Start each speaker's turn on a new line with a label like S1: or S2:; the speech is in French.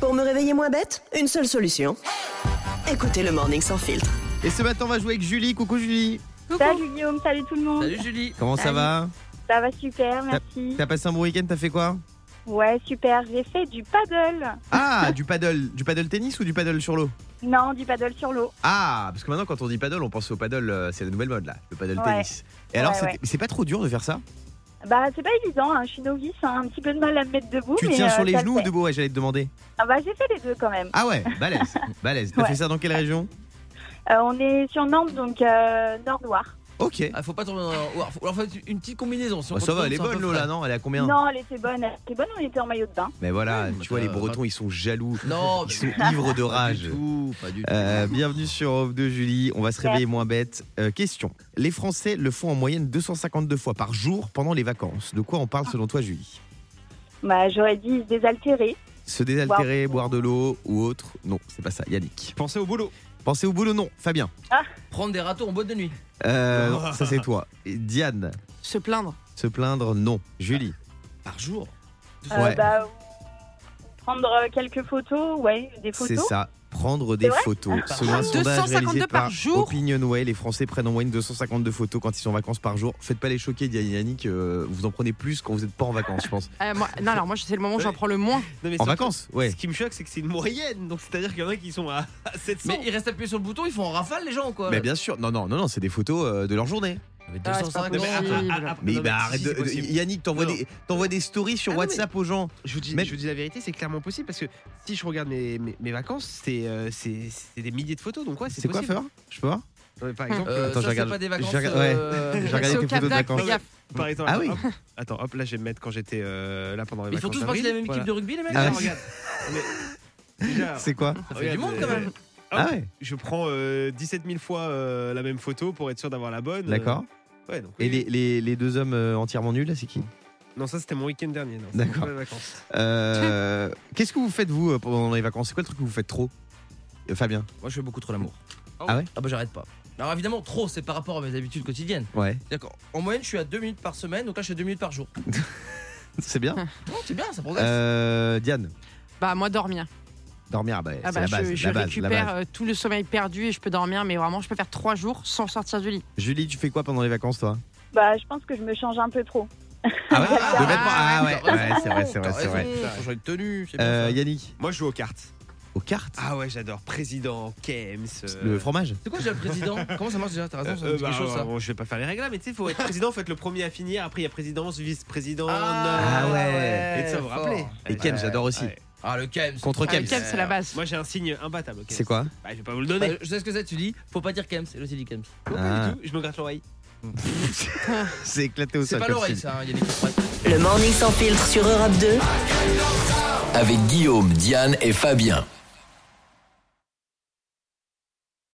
S1: Pour me réveiller moins bête, une seule solution. Écoutez le Morning Sans Filtre.
S2: Et ce matin, on va jouer avec Julie. Coucou Julie.
S3: Salut Guillaume, salut tout le monde.
S4: Salut Julie.
S2: Comment ça
S3: Salut.
S2: va
S3: Ça va super, merci.
S2: T'as passé un bon week-end T'as fait quoi
S3: Ouais, super. J'ai fait du paddle.
S2: Ah, du paddle. Du paddle tennis ou du paddle sur l'eau
S3: Non, du paddle sur l'eau.
S2: Ah, parce que maintenant, quand on dit paddle, on pense au paddle. euh, c'est la nouvelle mode là, le paddle
S3: Ouais.
S2: tennis. Et alors,
S3: Ouais,
S2: c'était- c'est pas trop dur de faire ça
S3: Bah, c'est pas évident. hein, Je suis novice, hein, un petit peu de mal à me mettre debout.
S2: Tu
S3: mais,
S2: tiens
S3: euh,
S2: sur les
S3: ça le
S2: genoux ou
S3: fait.
S2: debout Ouais, j'allais te demander.
S3: Ah bah, j'ai fait les deux quand même.
S2: Ah ouais, balèze. balèze. T'as
S3: Ouais.
S2: fait ça dans quelle région
S3: Euh, on est sur Nantes, donc euh, Nord-Loire.
S2: Ok.
S4: Ah, faut pas tomber dans. ou alors, faut- ou alors, faut une petite combinaison. Si on
S2: Bah, ça
S4: tombe,
S2: va, elle est
S4: c'est un peu
S2: bonne l'eau
S4: frais.
S2: là, non Elle est à combien
S3: Non, elle était bonne. Elle était bonne, on était en maillot de bain.
S2: Mais voilà,
S4: Oui, mais
S2: tu vois, les
S4: t'as-
S3: Bah,
S2: Bretons, ils sont jaloux. Ils
S4: Non, mais-
S2: sont ivres de
S4: Pas
S2: rage.
S4: du tout, pas du tout.
S2: Euh, bienvenue sur Off de Julie, on va se réveiller moins bête. Euh, question, les Français le font en moyenne 252 fois par jour pendant les vacances. De quoi on parle selon toi Julie
S3: Bah, j'aurais dit se désaltérer.
S2: Se désaltérer, boire de l'eau ou autre Non, c'est pas ça, Yannick.
S5: Pensez au boulot.
S2: Pensez au boulot, non, Fabien.
S4: Prendre des râteaux en boîte de nuit.
S2: Euh, non, ça c'est toi. Et Diane,
S6: Se plaindre.
S2: se plaindre, non. Julie,
S4: Par jour.
S3: Euh,
S2: Ouais.
S3: bah, prendre euh, quelques photos. Ouais, des
S2: c'est
S3: photos.
S2: ça. Prendre des
S3: vrai
S2: photos.
S5: Ah,
S4: Par
S2: Selon un
S6: jour.
S2: sondage
S6: 252
S2: réalisé
S6: par
S2: par
S6: jour.
S2: OpinionWay, les Français prennent en moyenne 252 photos quand ils sont en vacances par jour. Faites pas les choquer, Diane et Yannick. euh, vous en prenez plus quand vous n'êtes pas en vacances, je pense.
S6: Euh, moi- non, alors moi, c'est le moment où j'en
S5: Ouais.
S6: prends le moins.
S5: Non, mais
S2: En
S5: surtout,
S2: vacances, ouais.
S5: Ce qui me choque, c'est que c'est une moyenne. Donc, c'est-à-dire qu'il y en a qui sont à, à 700.
S4: Mais ils restent appuyés sur le bouton, ils font en rafale les gens quoi.
S2: Mais bien sûr, non, non, non, non, c'est des photos euh, de leur journée.
S4: Mais
S6: Ah, c'est
S4: 250.
S6: pas
S5: Non, mais
S6: possible.
S5: après- après- après-
S2: Mais,
S5: non,
S2: bah,
S5: si,
S2: arrête,
S5: si,
S2: de-
S5: c'est possible.
S2: de- Yannick, t'envoies
S5: Non.
S2: des, t'envoies des stories sur
S5: Ah, non, mais-
S2: WhatsApp aux gens.
S5: Je vous dis,
S2: Mais-
S5: je vous dis la vérité, c'est clairement possible parce que si je regarde mes, mes, mes vacances, c'est euh, c'est c'est des milliers de photos. Donc ouais, c'est
S2: C'est quoi
S5: possible.
S2: faire Je peux voir
S5: Ouais, par exemple,
S4: Euh,
S2: Attends, je
S4: ça, c'est
S2: regarde-
S4: pas des
S2: je
S4: vacances.
S2: regarde-
S4: euh,
S2: J'ai regardé
S6: C'est au
S2: tes
S6: Cap
S2: photos de
S6: d'Ac,
S2: vacances.
S6: fais gaffe.
S5: par exemple,
S2: Ah
S5: hop,
S2: oui.
S5: hop. Attends, hop, là, je vais me mettre quand j'étais euh, là pendant les
S4: Ils font
S5: vacances.
S4: tous partie de la même équipe de rugby les mecs
S2: Ah,
S4: là,
S2: ouais.
S4: Regarde.
S5: Ah
S2: C'est quoi
S4: Ça fait du monde quand même.
S2: Ah ouais,
S5: euh, Je prends euh, 17 000 fois euh, la même photo pour être sûr d'avoir la bonne.
S2: d'accord.
S5: Euh, ouais, donc,
S2: Et
S5: oui.
S2: les, les- les deux hommes euh, entièrement nuls, là, c'est qui
S5: Non, ça c'était mon week-end dernier. non, c'est
S2: D'accord.
S5: pas les vacances.
S2: Euh, Qu'est-ce que vous faites, vous, euh, pendant les vacances C'est quoi le truc que vous faites trop Euh, Fabien
S4: Moi je fais beaucoup trop l'amour.
S2: Ah ouais
S4: Ah bah j'arrête pas. Alors évidemment trop c'est par rapport à mes habitudes quotidiennes.
S2: Ouais.
S4: D'accord. En moyenne je suis à 2 minutes par semaine donc là je suis à 2 minutes par jour.
S2: C'est bien.
S4: Oh, c'est bien ça progresse.
S2: Euh, Diane,
S6: Bah, moi, dormir.
S2: dormir, ah bah,
S6: Ah
S2: c'est
S6: bah,
S2: la base.
S6: je, je
S2: la base, la
S6: récupère
S2: base.
S6: euh, tout le sommeil perdu et je peux dormir, mais vraiment, je peux faire trois jours sans sortir du lit.
S2: Julie, tu fais quoi pendant les vacances, toi
S3: Bah, je pense que je me change un peu trop.
S2: Ah ouais
S6: Ah,
S2: De vêtements Ah ouais,
S4: T'as
S2: ouais, c'est vrai, c'est vrai,
S4: raison,
S2: c'est vrai.
S4: faut changer de tenue. c'est bien
S2: Euh,
S4: ça.
S2: Yannick,
S5: Moi, je joue aux cartes.
S2: aux cartes
S5: Ah ouais, j'adore. Président, Kems. euh,
S2: Le fromage
S4: C'est quoi déjà le président Comment ça marche déjà T'as raison, ça me
S5: Euh,
S4: dit
S5: bah,
S4: quelque chose ça.
S5: bon, je vais pas faire les règles là, mais tu sais, faut être président, faut être le premier à finir. Après, il y a présidence, vice-président.
S2: Ah
S5: non.
S2: ouais.
S5: Et ça, vous
S4: fort.
S5: rappelez
S2: Et Ken, j'adore aussi.
S5: Ouais.
S4: Ah le KM.
S2: Contre
S6: Ah,
S2: Kems.
S6: le Kems, c'est la base.
S5: Moi, j'ai un signe imbattable. ok
S2: C'est quoi
S5: Bah, Je vais pas vous le
S4: Bah,
S5: donner.
S4: je sais ce que c'est, tu dis, faut pas dire KM, c'est le dit KM.
S5: Non, pas du tout, je me gratte l'oreille.
S2: C'est éclaté au sol.
S4: C'est pas
S2: comme
S4: l'oreille
S2: style.
S4: ça, hein, Yannick. Ouais.
S1: Le Morning Sans Filtre sur Europe 2.
S7: Avec Guillaume, Diane et Fabien.